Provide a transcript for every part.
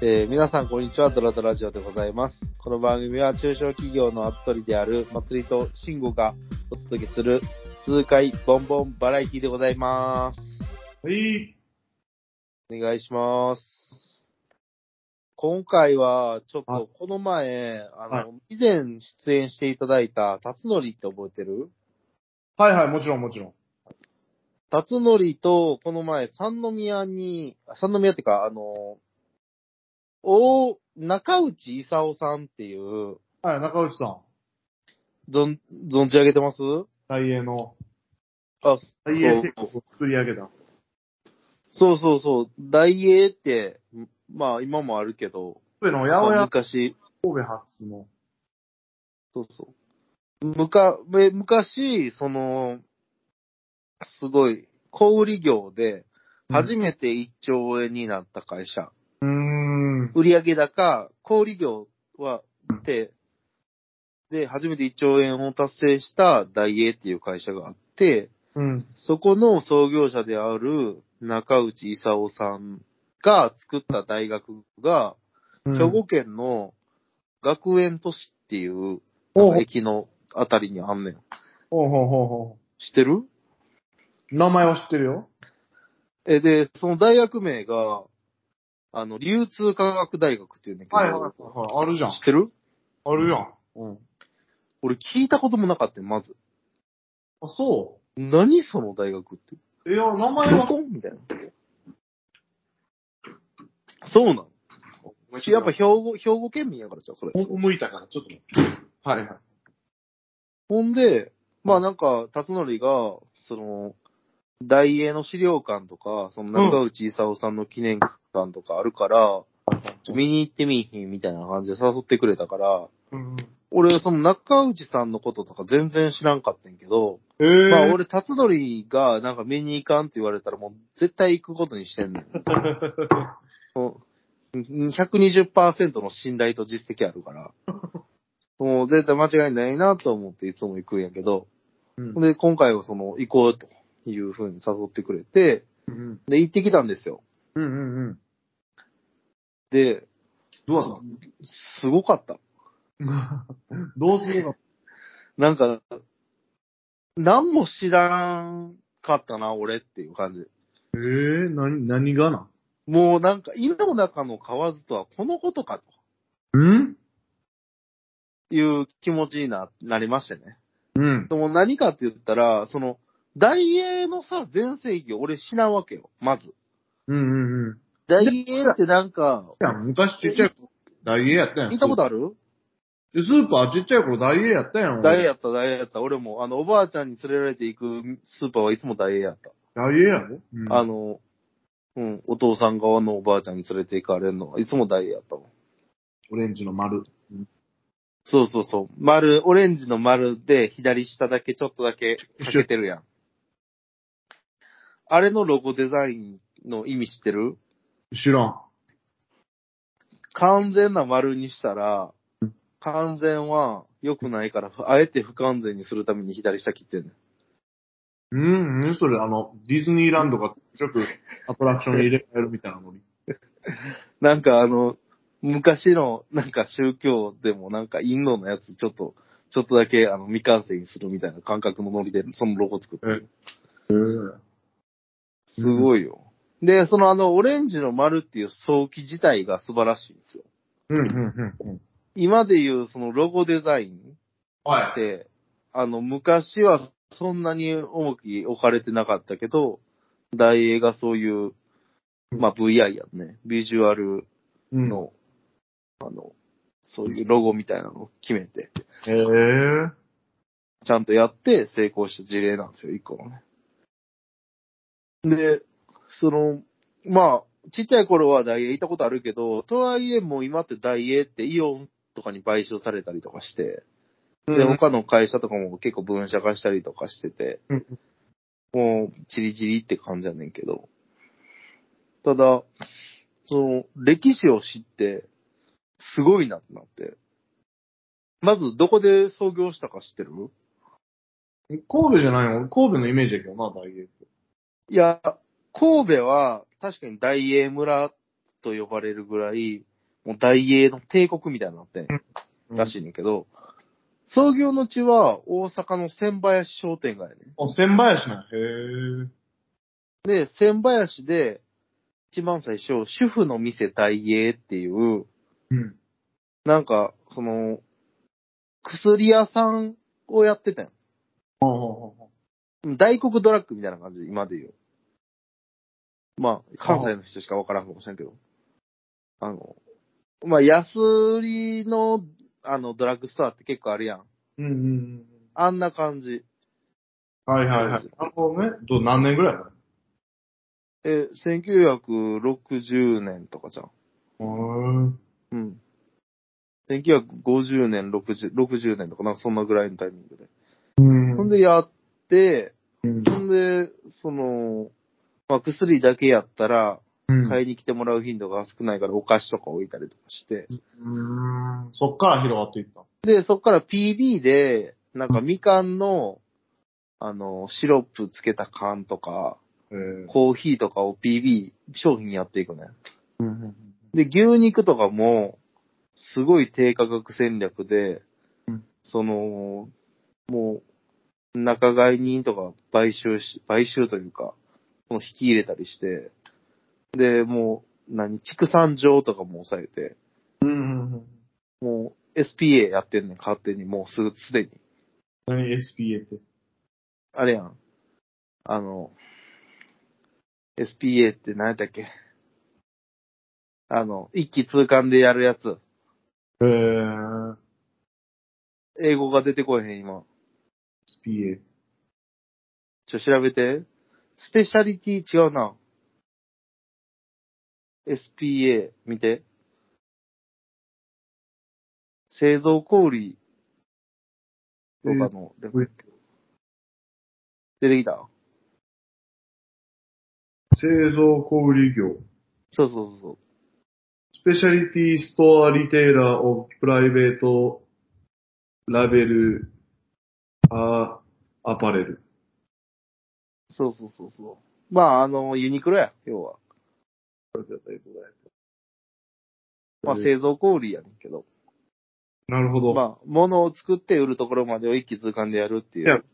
えー皆さん、こんにちは。ドラドラジオでございます。この番組は中小企業のアプリである祭りと慎吾がお届けする痛快ボンボンバラエティでございます。はい。お願いします。今回は、ちょっあと、この前、あの、はい以前出演していただいた、タツノリって覚えてるはいはい、もちろんもちろん。タツノリと、この前、三宮に、あ三宮ってか、あの、お、中内勲さんっていう、はい、中内さん。存、存じ上げてます大英の、あ、大英帝国を作り上げた。そうそうそう。大英って、まあ今もあるけど、神戸の八ま百あ屋昔、神戸発の。そうそう。むか、え昔、その、すごい、小売業で、初めて1兆円になった会社。うーん。売上高、小売業は、で、で、初めて1兆円を達成した大英っていう会社があって、うん。そこの創業者である中内勲さんが作った大学が、うん兵庫県の学園都市っていうほうほう駅のあたりにあんねん。ほうほうほうほ知ってるう。名前は知ってるよ。え、で、その大学名が、あの、流通科学大学っていうんだけど、はい。あるじゃん知っ。てるあるやん。うん。俺聞いたこともなかったよ、まず。あ、そ何その大学って。う。いや、名前どは。こみたいな。そうなのやっぱ兵庫、兵庫県民やからじゃん、それ。向いたから、ちょっと待って。はいはい。ほんで、まあなんか、辰徳が、その、大英の資料館とか、その中内勲さんの記念館とかあるから、見に行ってみいひんみたいな感じで誘ってくれたから、うん。俺、その中内さんのこととか全然知らんかったんけど、えー。まあ俺、辰徳がなんか見に行かんって言われたらもう絶対行くことにしてんねん。うん120%の信頼と実績あるから、もう絶対間違いないなと思っていつも行くんやけど、うんで、今回はその、行こうという風に誘ってくれて、うんで、行ってきたんですよ。うんうんうん。で、どうだっすごかった。たどうするのなんか、何も知らんかったな、俺っていう感じ。えー、なに、何がなもうなんか、井の中の河津とはこのことかうんという気持ちにな、なりましてね。うん。でも何かって言ったら、その、大英のさ、全盛期を俺知らんわけよ、まず。うんうんうん。大英ってなんか、いや、昔ちっちゃい頃、ダイエーやったやん。聞いたことあるでスーパーちっちゃい頃ダイエーやったやん。大英やった、大英やった。俺も、あの、おばあちゃんに連れられて行くスーパーはいつも大英やった。ダイエーやろ、うん、あの、うん、お父さん側のおばあちゃんに連れて行かれるのはいつも大英やったもん。オレンジの丸。そうそうそう。丸、オレンジの丸で左下だけちょっとだけ欠けてるやん。あれのロゴデザインの意味知ってる知らん。完全な丸にしたら、完全は良くないから、あえて不完全にするために左下切ってんねん。うん、何それ、あの、ディズニーランドがちょくアトラクションに入れ替えるみたいなのに。なんかあの、昔のなんか宗教でもなんかインドのやつちょっと、ちょっとだけあの未完成にするみたいな感覚のノリでそのロゴ作ってる。えすごいよ。で、そのあのオレンジの丸っていう早期自体が素晴らしいんですよ。うん、うん、うん、うん。今でいうそのロゴデザインっはい。て、あの、昔はそんなに重き置かれてなかったけど、大映がそういう、まあ、VI やんね。ビジュアルうん。の、あの、そういうロゴみたいなのを決めて、えー、ちゃんとやって成功した事例なんですよ、一個のね。で、その、まあ、ちっちゃい頃は大英行ったことあるけど、とはいえもう今って大英ってイオンとかに買収されたりとかして、で、うん他の会社とかも結構分社化したりとかしてて、うんもう、チリチリって感じやねんけど。ただ、その、歴史を知って、すごいなってなって。まず、どこで創業したか知ってる神戸じゃないの俺神戸のイメージやけどな、ダイエーって。いや、神戸は、確かに大英村と呼ばれるぐらい、もう大英の帝国みたいになってんらしいねんけど、創業の地は大阪の千林商店街やねん。あ、千林なん。へーで、千林で、一番最初、主婦の店大英っていう、うん。なんか、その、薬屋さんをやってたよ。ほうほうほうほ大黒ドラッグみたいな感じ、今で言う。まあ、関西の人しかわからんかもしれんけど。あの、まあ、安売りの、あの、ドラッグストアって結構あるやん。う。うんうんうん。あんな感じ。はいはいはい。なるほどね。どう何年ぐらいなのえ、1960年とかじゃん。うーん。うん。1950年、60、60年とか、なんかそんなぐらいのタイミングで。うんほんでやって、うんほんで、その、まあ、薬だけやったら、うん買いに来てもらう頻度が少ないからお菓子とか置いたりとかして。うーんそっから広がっていった。で、そっから PB で、なんかみかんの、あの、シロップつけた缶とか、えーコーヒーとかを PB 商品にやっていくね。うんうんうんで、牛肉とかも、すごい低価格戦略で、うんその、もう、仲買人とか買収し、買収というか、その引き入れたりして、で、もう、何、畜産場とかも抑えて、うんうんうん。もう SPA やってんねん、勝手に、もうすぐ、すでに。何 SPA って。あれやん。あの、SPA って何やったっけあの、一気通貫でやるやつ。えー、英語が出てこえへん、今。 SPA。ちょ、調べて。スペシャリティ違うな。SPA、見て。製造小売とかの、出てきた製造小売業。そうそうそうそう。スペシャリティストアリテイラーオブプライベートラベルアアパレル。そうそうそうそう。まあ、あの、ユニクロや、要は。まあ、うん製造小売やねんけど。なるほど。まあ、物を作って売るところまでを一気通貫でやるっていいやう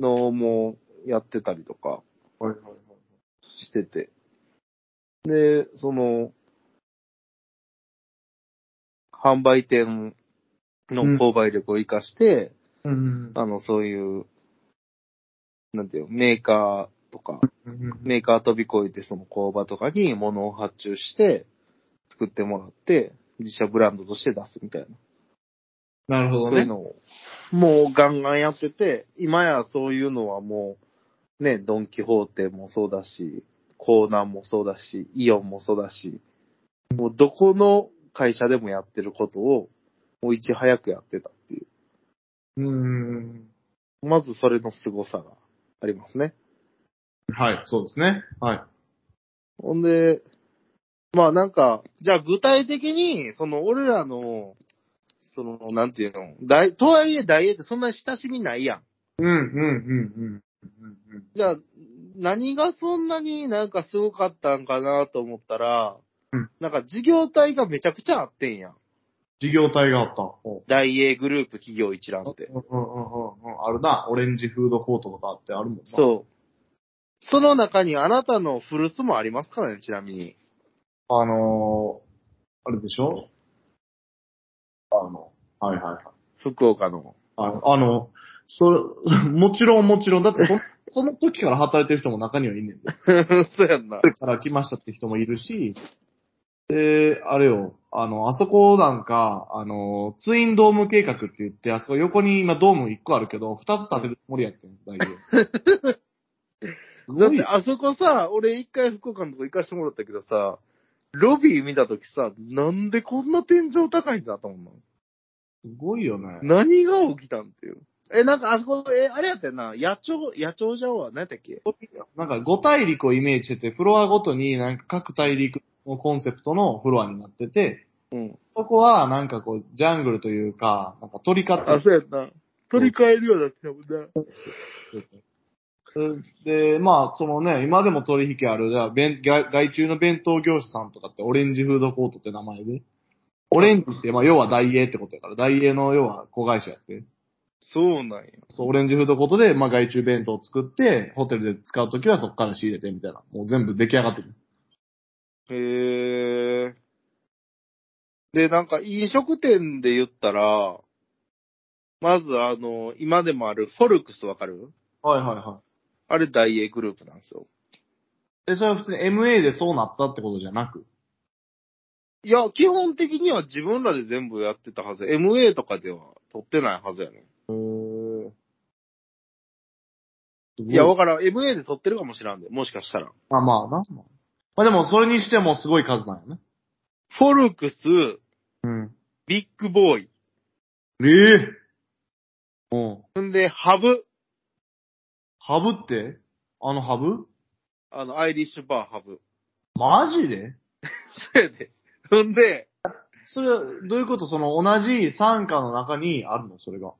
のもやってたりとか。はいはいはいしてて。で、その、販売店の購買力を活かして、うんあの、そういう、なんていうの、メーカーとか、うんうんメーカー飛び越えてその工場とかに物を発注して、作ってもらって、自社ブランドとして出すみたいな。なるほどそういうね。のを、もうガンガンやってて、今やそういうのはもう、ね、ドンキホーテもそうだし、コーナーもそうだし、イオンもそうだし、もうどこの会社でもやってることを、もういち早くやってたっていうんうんう。まずそれの凄さがありますね。うん。はい、そうですね。はい。ほんで、まあなんか、じゃあ具体的に、その俺らの、その、なんていうの、大、とはいえ大英ってそんな親しみないやん。うんうんうんうんうんうん。じゃあ、何がそんなになんかすごかったんかなと思ったら、うんなんか事業体がめちゃくちゃあってんやん。事業体があった。お大英グループ企業一覧ってう。んうんうんうん。あるな。オレンジフードコートとかあってあるもんな。う。そう。その中にあなたの古巣もありますからね、ちなみに。あのー、あれでしょあの、はいはいはい。福岡の。 あの、あの、そ れ、もちろんもちろん。だっ てそ、その時から働いてる人も中にはいんねんで。そうやんな。から来ましたって人もいるし、で、あれよ、あの、あそこなんか、あの、ツインドーム計画って言って、あそこ横に今ドーム1個あるけど、2つ建てるつもりやってん、大 丈夫。だすごっいてあそこさ、俺一回福岡のとこ行かしてもらったけどさ、ロビー見たときさ、なんでこんな天井高いんだと思うのすごいよね。何が起きたんっていう。え、なんかあそこ、え、あれやったよな、野鳥、野鳥じゃんは何やったっけなんか5大陸をイメージしてて、フロアごとになんか各大陸のコンセプトのフロアになってて、うん。そこはなんかこう、ジャングルというか、なんか鳥飼ってあ、そうやった。取り替えるようになってたもんな。で、まあ、そのね、今でも取引ある、じゃあ、弁外外注の弁当業者さんとかって、オレンジフードコートって名前で。オレンジって、まあ、要はダイエーってことやから、ダイエーの要は子会社やって。そうなんや。そう、オレンジフードコートで、まあ、外注弁当を作って、ホテルで使うときはそこから仕入れてみたいな。もう全部出来上がってる。へえ。で、なんか飲食店で言ったら、まずあの、今でもあるフォルクスわかるはいはいはあれダイエーグループなんですよ。い。え、それは普通に MA でそうなったってことじゃなく。いや、基本的には自分らで全部やってたはず。MA とかでは取ってないはずやね。いいや、や、わわかからん。MA で取ってるかもしらんで、もしかしたら。まあまあな。まあでも、それにしてもすごい数なんやね。フォルクス、うん。ビッグボーイ、ええうん。んで、ハブ、ハブってあのハブあの、アイリッシュバーハブ。マジでそうやで。ほんで、それは、どういうことその同じ傘下の中にあるのそれが。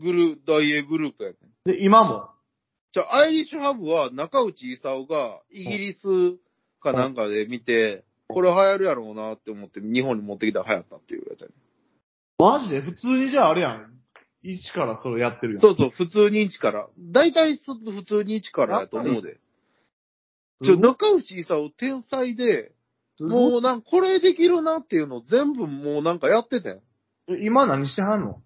グル、ダイエーグループやね。で、今も。じゃあ、アイリッシュハブは中内勲がイギリスかなんかで見て、これ流行るやろうなって思って日本に持ってきたら流行ったっていうやつやね。マジで普通にじゃああれやん。一からそれやってるやん。そうそう、普通に1から。大体そ普通に1からやと思うで。ちょ、中内勲天才で、すごいもうなんかこれできるなっていうのを全部もうなんかやっててん。今何してはんの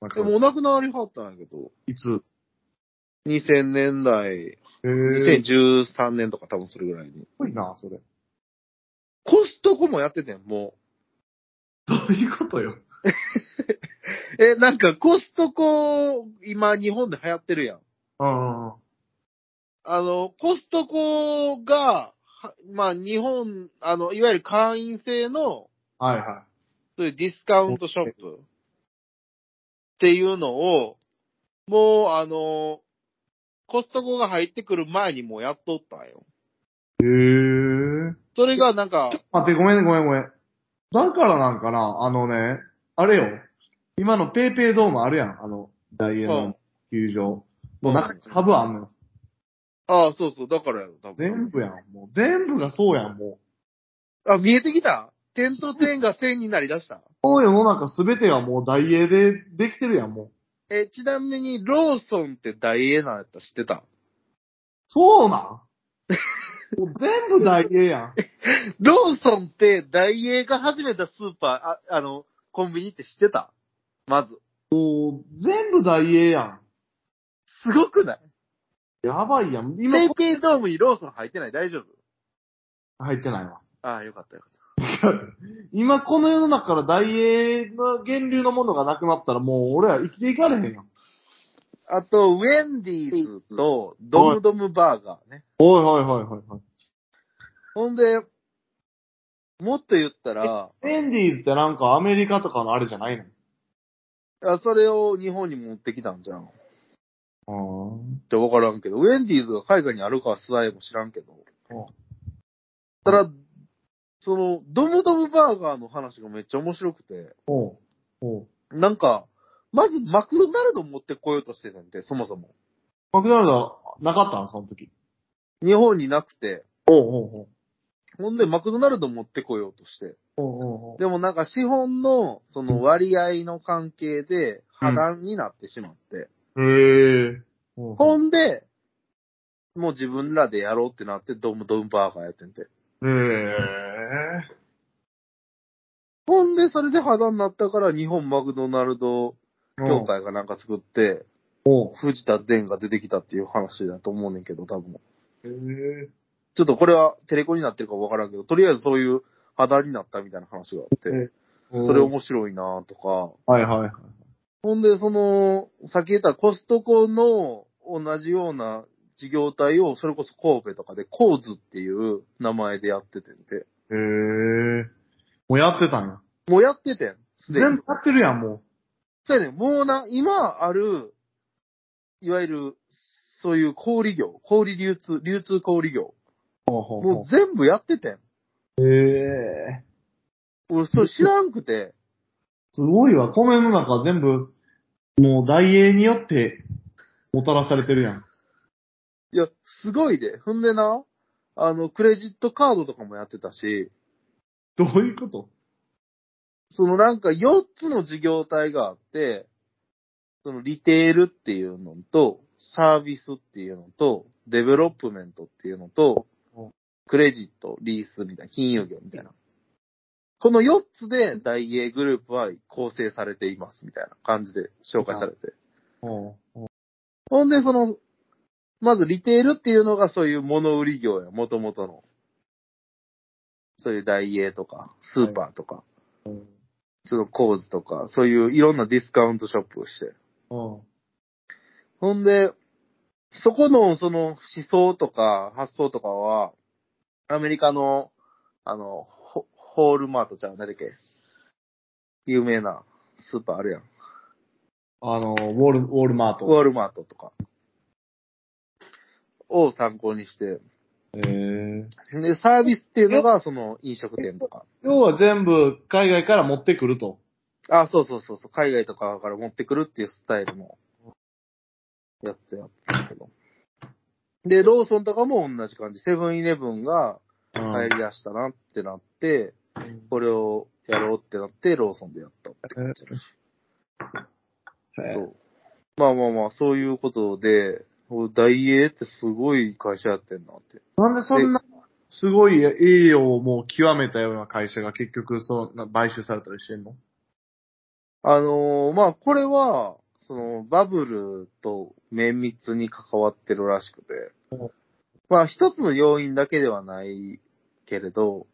なんかでもお亡くなりはったんやけど、いつ2000年代、へえ。す2013年とか多分それぐらいに。ごいな、それ。コストコもやっててん、もう。 どういうことよ。え、なんかコストコ、今日本で流行ってるやん。うんうんうん。あの、コストコが、はまあ日本、あの、いわゆる会員制の、はいはそういうディスカウントショップっていうのを、もうあの、コストコが入ってくる前にもうやっとったんよ。い。へえ。それがなんか、待って、ごめんね、ごめん、ごめん。だからなんかな、あのね、あれよ。今のペイペイドームあるやん、あの、ダイエーの球場。うんもう中にハブあんのよ。ああ、そうそう、だからやろ、多分。全部やん、もう。全部がそうやん、もう。あ、見えてきた点と点が線になりだしたこの世の中すべてがもうダイエーでできてるやん、もう。え、ちなみに、ローソンってダイエーなんやった知ってたそ うなんもう全部ダイエーやん。ローソンって、ダイエーが始めたスーパー、ああの、コンビニって知ってたまず。もう、全部ダイエーやん。すごくないやばいやん。今ペイ、ペイドームにローソン入ってない大丈夫入ってないわ。ああ、よかったよかっ今この世の中からダイエーの源流のものがなくなったらもう俺は生きていかれへんやん。た。あと、ウェンディーズと、ドムドムバーガーね。おいはいはいはいはい。ほんで、もっと言ったら、エンディーズってなんかアメリカとかのあれじゃないのあそれを日本に持ってきたんじゃん。あってわからんけど、ウェンディーズが海外にあるかはすらえも知らんけどうん。ただ、その、ドムドムバーガーの話がめっちゃ面白くて、あ。おう。おう。なんか、まずマクドナルド持ってこようとしてたんで、そもそも。マクドナルドなかったのその時。日本になくて、おうほんでマクドナルド持ってこようとして。おうおう。おうおうでもなんか資本の、その割合の関係で破談になってしまって。おう。へえ。ほほん。んで、もう自分らでやろうってなって、ドムドムバーガーやってんて。へえ。ほんで、それで肌になったから、日本マクドナルド協。会がなんか作って、おう。藤田伝が出てきたっていう話だと思うねんけど、多分。へえ。ちょっとこれはテレコになってるかわからんけど、とりあえずそういう肌になったみたいな話があって、それ。面白いなとか。はいはいはい。ほんで、その、さっき言ったコストコの同じような事業体を、それこそ神戸とかで、コーズっていう名前でやっててんて。へえ。もうやってたんや。もうやっててん。すでに全部やってるやん、もそうやね、もうな、今ある、いわゆる、そういう小売業、小売流通、流通小売業、う。ほもう全部やっててん。う。へえ。俺、それ知らんくて、すごいわ。この世の中全部、もうダイエーによって、もたらされてるやん。いや、すごいで。ほんでな、あの、クレジットカードとかもやってたし、どういうことそのなんか4つの事業体があって、そのリテールっていうのと、サービスっていうのと、デベロップメントっていうのとうん、クレジット、リースみたいな、金融業みたいな。この4つで大英グループは構成されていますみたいな感じで紹介されて。おうほんで、その、まずリテールっていうのがそういう物売り業や、元々の。そういうダイエーとか、スーパーとか、うん。そのコーズとか、そういういろんなディスカウントショップをして。うん。ほんで、そこのその思想とか発想とかは、アメリカの、あの、ホホールマートちゃう、何だっけ有名なスーパーあるやん。あの、ウォール、ウォールマーウト。ォールマートとか。を参考にして、えー、で、サービスっていうのが、その、飲食店とか。要は全部海外から持ってくると。あ、そうそうそうそう、海外とかから持ってくるっていうスタイルの、やつやったんだけど。で、ローソンとかも同じ感じ。セブンイレブンがう流ん行り出したなってなって、これをやろうってなって、ローソンでやったって感じ。えそう。まあまあまあ、そういうことで、おダイエーってすごい会社やってんなって。なんでそんな、すごい栄養をもう極めたような会社が結局、そうな、買収されたりしてんのあのーまあ、これは、その、バブルと綿密に関わってるらしくてうん、まあ、一つの要因だけではないけれど、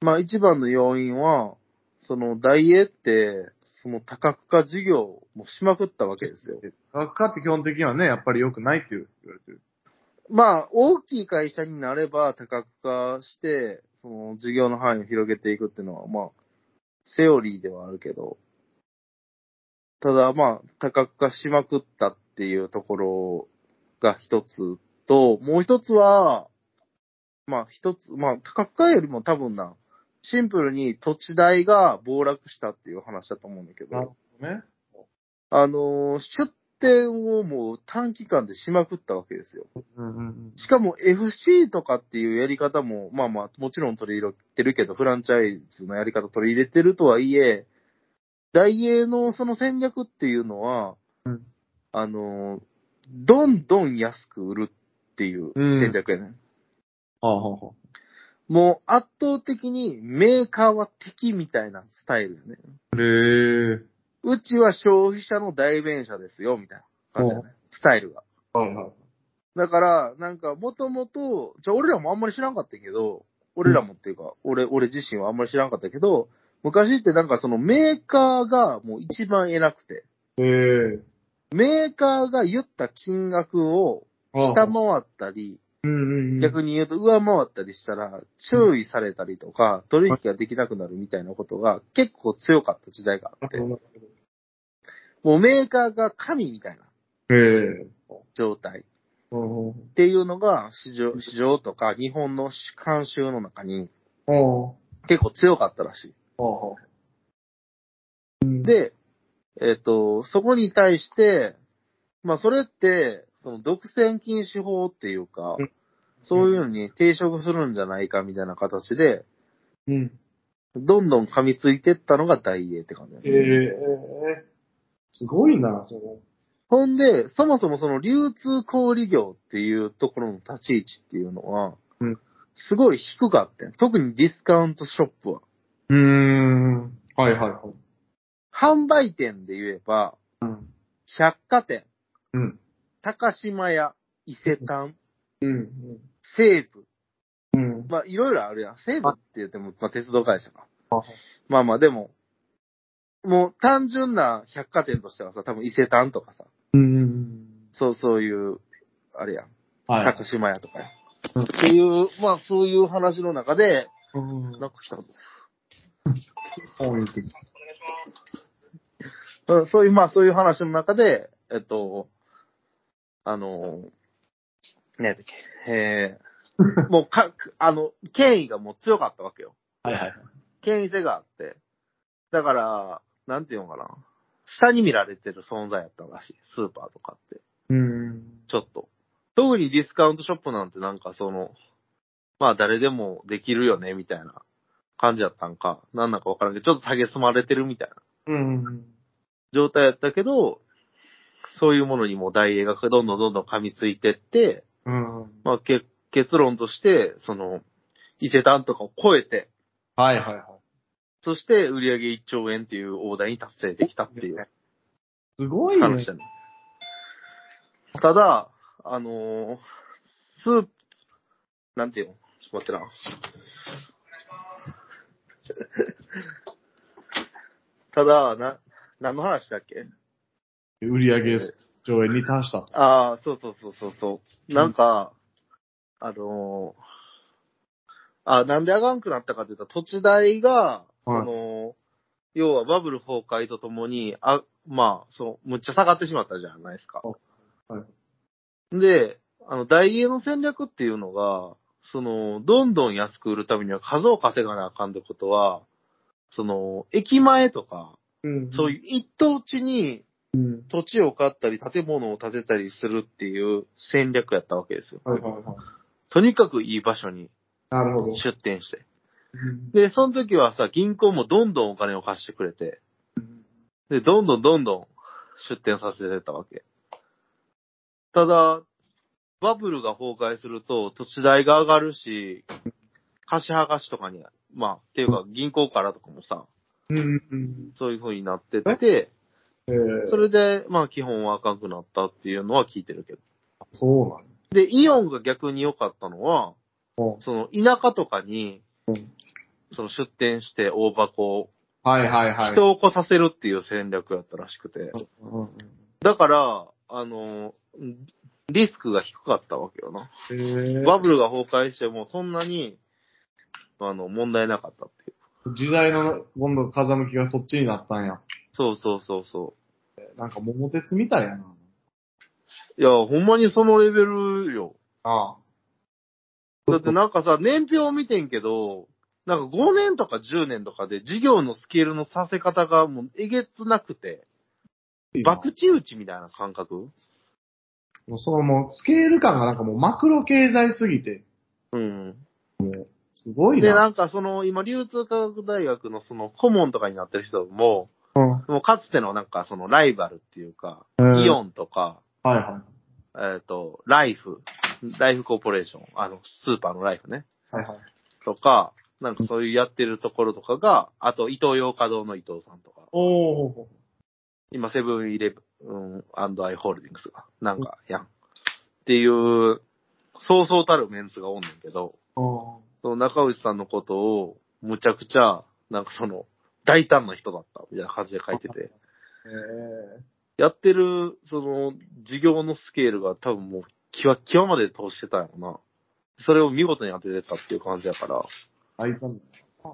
まあ、一番の要因は、その、ダイエーって、その多角化事業をもうしまくったわけですよ。学科って基本的にはね、やっぱり良くないって言われてる。まあ、大きい会社になれば多角化して、その事業の範囲を広げていくっていうのは、まあ、セオリーではあるけど、ただまあ、多角化しまくったっていうところが一つと、もう一つは、まあ一つ、まあ多角化よりも多分な、シンプルに土地代が暴落したっていう話だと思うんだけど、ね。あのー出店をもう短期間でしまくったわけですよ。うんうんうん。しかも FC とかっていうやり方も、まあまあ、もちろん取り入れてるけど、フランチャイズのやり方取り入れてるとはいえ、大英のその戦略っていうのは、うんあの、どんどん安く売るっていう戦略やね、はあはあはあ。もう圧倒的にメーカーは敵みたいなスタイルやね。へえ。うちは消費者の代弁者ですよ、みたいな感じやね。スタイルが。はいはい。だから、なんか、もともと、じゃあ俺らもあんまり知らんかったけど、俺らもっていうか、俺、俺自身はあんまり知らんかったけど、昔ってなんかそのメーカーがもう一番偉くて、へえ。メーカーが言った金額を下回ったり、うんうんうん。逆に言うと上回ったりしたら、注意されたりとか、取引ができなくなるみたいなことが結構強かった時代があって、もうメーカーが神みたいなへえ。状態。うんうん。っていうのが市場、市場とか日本の主慣習の中には結構強かったらしあはあ。い。で、えっ、と、そこに対して、まあそれって、その独占禁止法っていうかうん、そういうのに抵触するんじゃないかみたいな形で、うん。どんどん噛みついてったのが大英って感じだね、へえ。すごいな、それ。ほんで、そもそもその流通小売業っていうところの立ち位置っていうのはうん、すごい低かったよ特にディスカウントショップは。うーん。はいはいはい。販売店で言えば、うん。百貨店、うん。高島屋、伊勢丹、うん。西武。うん。まあ、いろいろあるやん。西武って言っても、まあ、鉄道会社かあはい。まあまあ、でも、もう単純な百貨店としてはさ、多分伊勢丹とかさ、うん。そうそういう、あれやん。はい。高島屋とかやうんっていう、まあそういう話の中で、うんなんか来たぞううんん、そういう、まあそういう話の中で、えっと、あの、ねだっけ、えー、もうか、あの、権威がもう強かったわけよ。はいはい。権威性があって。だから、なんていうのかな。下に見られてる存在やったらしい。スーパーとかって。うん。ちょっと。特にディスカウントショップなんてなんかその、まあ誰でもできるよね、みたいな感じやったんか、なんなんかわからんけど、ちょっと下げすまれてるみたいなうんうん。状態やったけど、そういうものにもう大映がどんどんどんどん噛みついてって、うん。まあけ結論として、その、伊勢丹とかを超えて、はいはいはい。そして売上1兆円っていう大台に達成できたっていうすごいね話。だね。ただ、あのースープ、なんていうのちょっと待ってな。 ただ、な、何の話だっけ売り上げ上円に達した。ああ、そうそうそうそうそう。なんか、あのーあ、なんであがんくなったかって言ったら、土地代が、その、要はバブル崩壊とともに、あ、まあ、そう、むっちゃ下がってしまったじゃないですか。はで、あの、大英の戦略っていうのが、その、どんどん安く売るためには数を稼がなあかんってことは、その、駅前とか、うんそういう一等地にうん。土地を買ったり建物を建てたりするっていう戦略やったわけですよ。はいはいはい。とにかくいい場所になるほど。出店して。で、その時はさ、銀行もどんどんお金を貸してくれて、で、どんどんどんどん出店させてたわけ。ただ、バブルが崩壊すると土地代が上がるし、貸し剥がしとかに、まあ、っていうか銀行からとかもさ、うんうん。そういう風になってって、えーそれで、まあ基本は赤くなったっていうのは聞いてるけど。そうなで、イオンが逆に良かったのは、のその田舎とかにうん、その出店して大箱を、はいはいはい。人を来させるっていう戦略やったらしくて。うんうんだから、あの、リスクが低かったわけよな。えーバブルが崩壊してもそんなに、あの、問題なかったっていう。時代の今度風向きがそっちになったんや。そうそうそうそなんか桃鉄みたいやな。う。いや、ほんまにそのレベルよ。ああ。だってなんかさ、年表を見てんけど、なんか5年とか10年とかで事業のスケールのさせ方がもうえげつなくて、博打打ちみたいな感覚もうそのもうスケール感がなんかもうマクロ経済すぎて、うん。すごいで、な。なんかその、今、流通科学大学のその、顧問とかになってる人も、うんもうかつてのなんかその、ライバルっていうか、うんイオンとか、はいはえっ、と、ライフ、ライフコーポレーション、あの、スーパーのライフね、い。はいはい。とか、なんかそういうやってるところとかが、あと、伊東洋華堂の伊藤さんとか、おー。今、セブンイレブンアイホールディングスが、なんか、やん。っていう、そうそうたるメンツがおんねんけど、おその中内さんのことを、むちゃくちゃ、なんかその、大胆な人だった、みたいな感じで書いてて。ー。えやってる、その、事業のスケールが多分もう、際、際まで通してたんやろな。それを見事に当ててたっていう感じやから。ー。あいたんだ。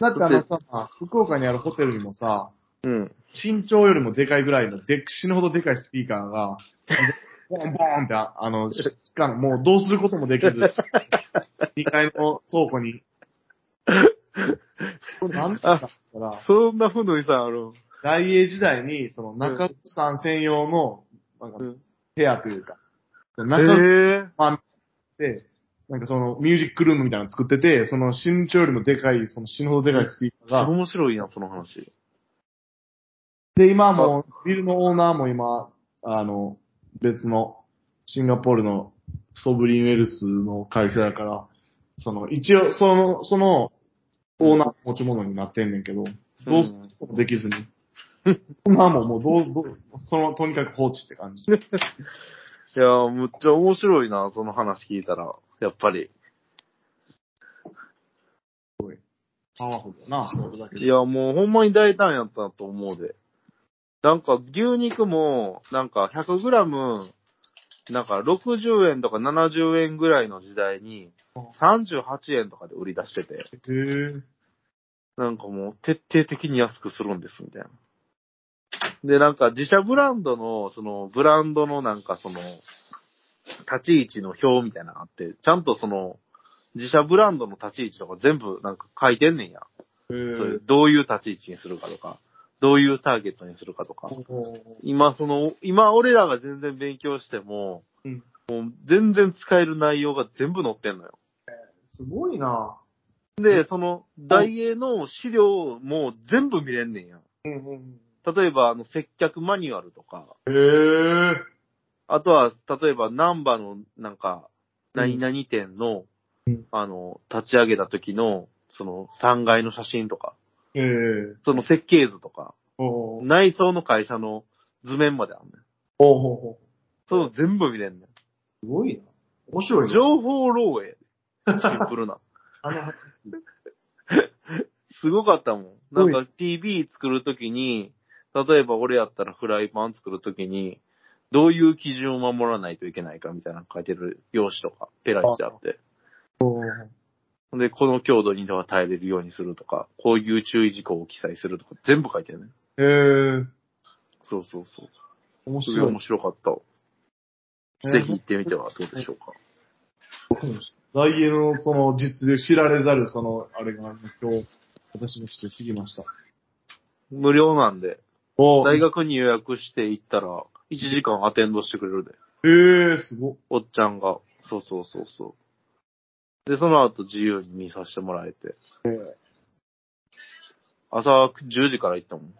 だってあのさ、福岡にあるホテルにもさ、うん。身長よりもでかいぐらいの、で、死ぬほどでかいスピーカ ーが、ボンボーンって、ああの、ししかももうどうすることもできず、2階の倉庫に。これなんて言ったら、そんなふのにさ、あの、大英時代に、その中津さん専用の、なんかうん、部屋というか、中津ええまあ、で、なんかその、ミュージックルームみたいなの作ってて、その身長よりもでかい、その死ぬほどでかいスピーカーが、面白いやん、その話。で、今はもう、ビルのオーナーも今、あの、別の、シンガポールのソブリンウェルスの会社だから、その、一応、その、その、オーナーの持ち物になってんねんけど、どうすることもできずに。オーナーももうどう、どう、その、とにかく放置って感じ。いやー、むっちゃ面白いな、その話聞いたら。やっぱり。パワフルだな、それだけいで。や、もうほんまに大胆やったと思うで。なんか牛肉も、なんか 100g、なんか60円とか70円ぐらいの時代に、38円とかで売り出してて、へぇなんかもう徹底的に安くするんです、みたいな。で、なんか自社ブランドの、その、ブランドのなんかその、立ち位置の表みたいなのあって、ちゃんとその、自社ブランドの立ち位置とか全部なんか書いてんねんや。へそういぇうどういう立ち位置にするかとか、どういうターゲットにするかとか。今、その、今、俺らが全然勉強しても、うんもう全然使える内容が全部載ってんのよ。すごいなで、その、大英の資料も全部見れんねんや。うんうん。例えば、あの、接客マニュアルとか、へえ。あとは、例えば、ナンバの、なんか、う何ん々店の、うんあの、立ち上げた時の、その、3階の写真とか、へえ。その設計図とか、ほう内装の会社の図面まであんねん。ほうほうほう。その全部見れんねん。すごいな。面白いね。情報漏洩。シンプル な。あのすごかったもん。なんか TV 作るときに、例えば俺やったらフライパン作るときに、どういう基準を守らないといけないかみたいなの書いてる用紙とか、ペラにしてあって。で、この強度には耐えれるようにするとか、こういう注意事項を記載するとか、全部書いてるね。へえ。そうそうそう。面すご白いい面。白かったわ。えーぜひ行ってみてはどうでしょうか。大英のその実力、知られざるその、あれが今日、私もちょっと知りました。無料なんで、お大学に予約して行ったら、1時間アテンドしてくれるで。ええすごっ。おっちゃんが。そうそうそうそう。で、その後自由に見させてもらえて。朝10時から行ったもん。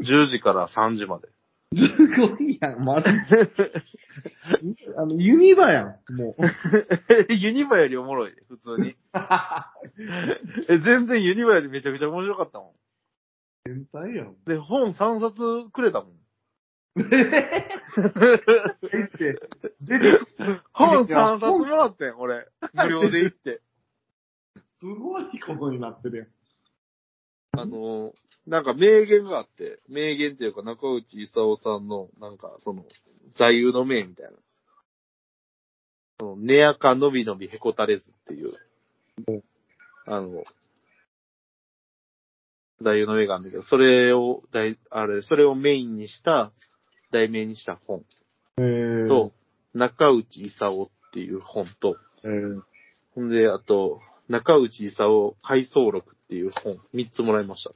10時から3時まで。すごいやん、まだ。あの、ユニバやん、もう。ユニバよりおもろい、普通に。え全然ユニバよりめちゃくちゃ面白かったも変態やん。ん。で、本3冊くれたもん。出てく本3冊もらってん、俺。無料で行って。すごいことになってるあのー、なんか名言があって、名言っていうか中内勲さんの、なんかその、座右の銘みたいな。その、寝やかのびのびへこたれずっていう、あの、座右の銘があるんだけど、それを、だいあれ、それをメインにした、題名にした本やん。ええと、中内勲っていう本と、えー、ほんで、あと、中内勲回想録っていう本、3つもらいました。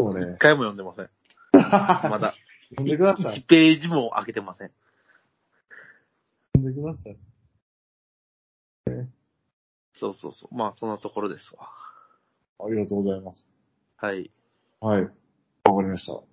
そう一ね。回も読んでません。ま だ。呼んでください1。ページも開けてません。呼んでください。そうそうそう。まあ、そんなところですわ。ありがとうございます。はい。はい。わかりました。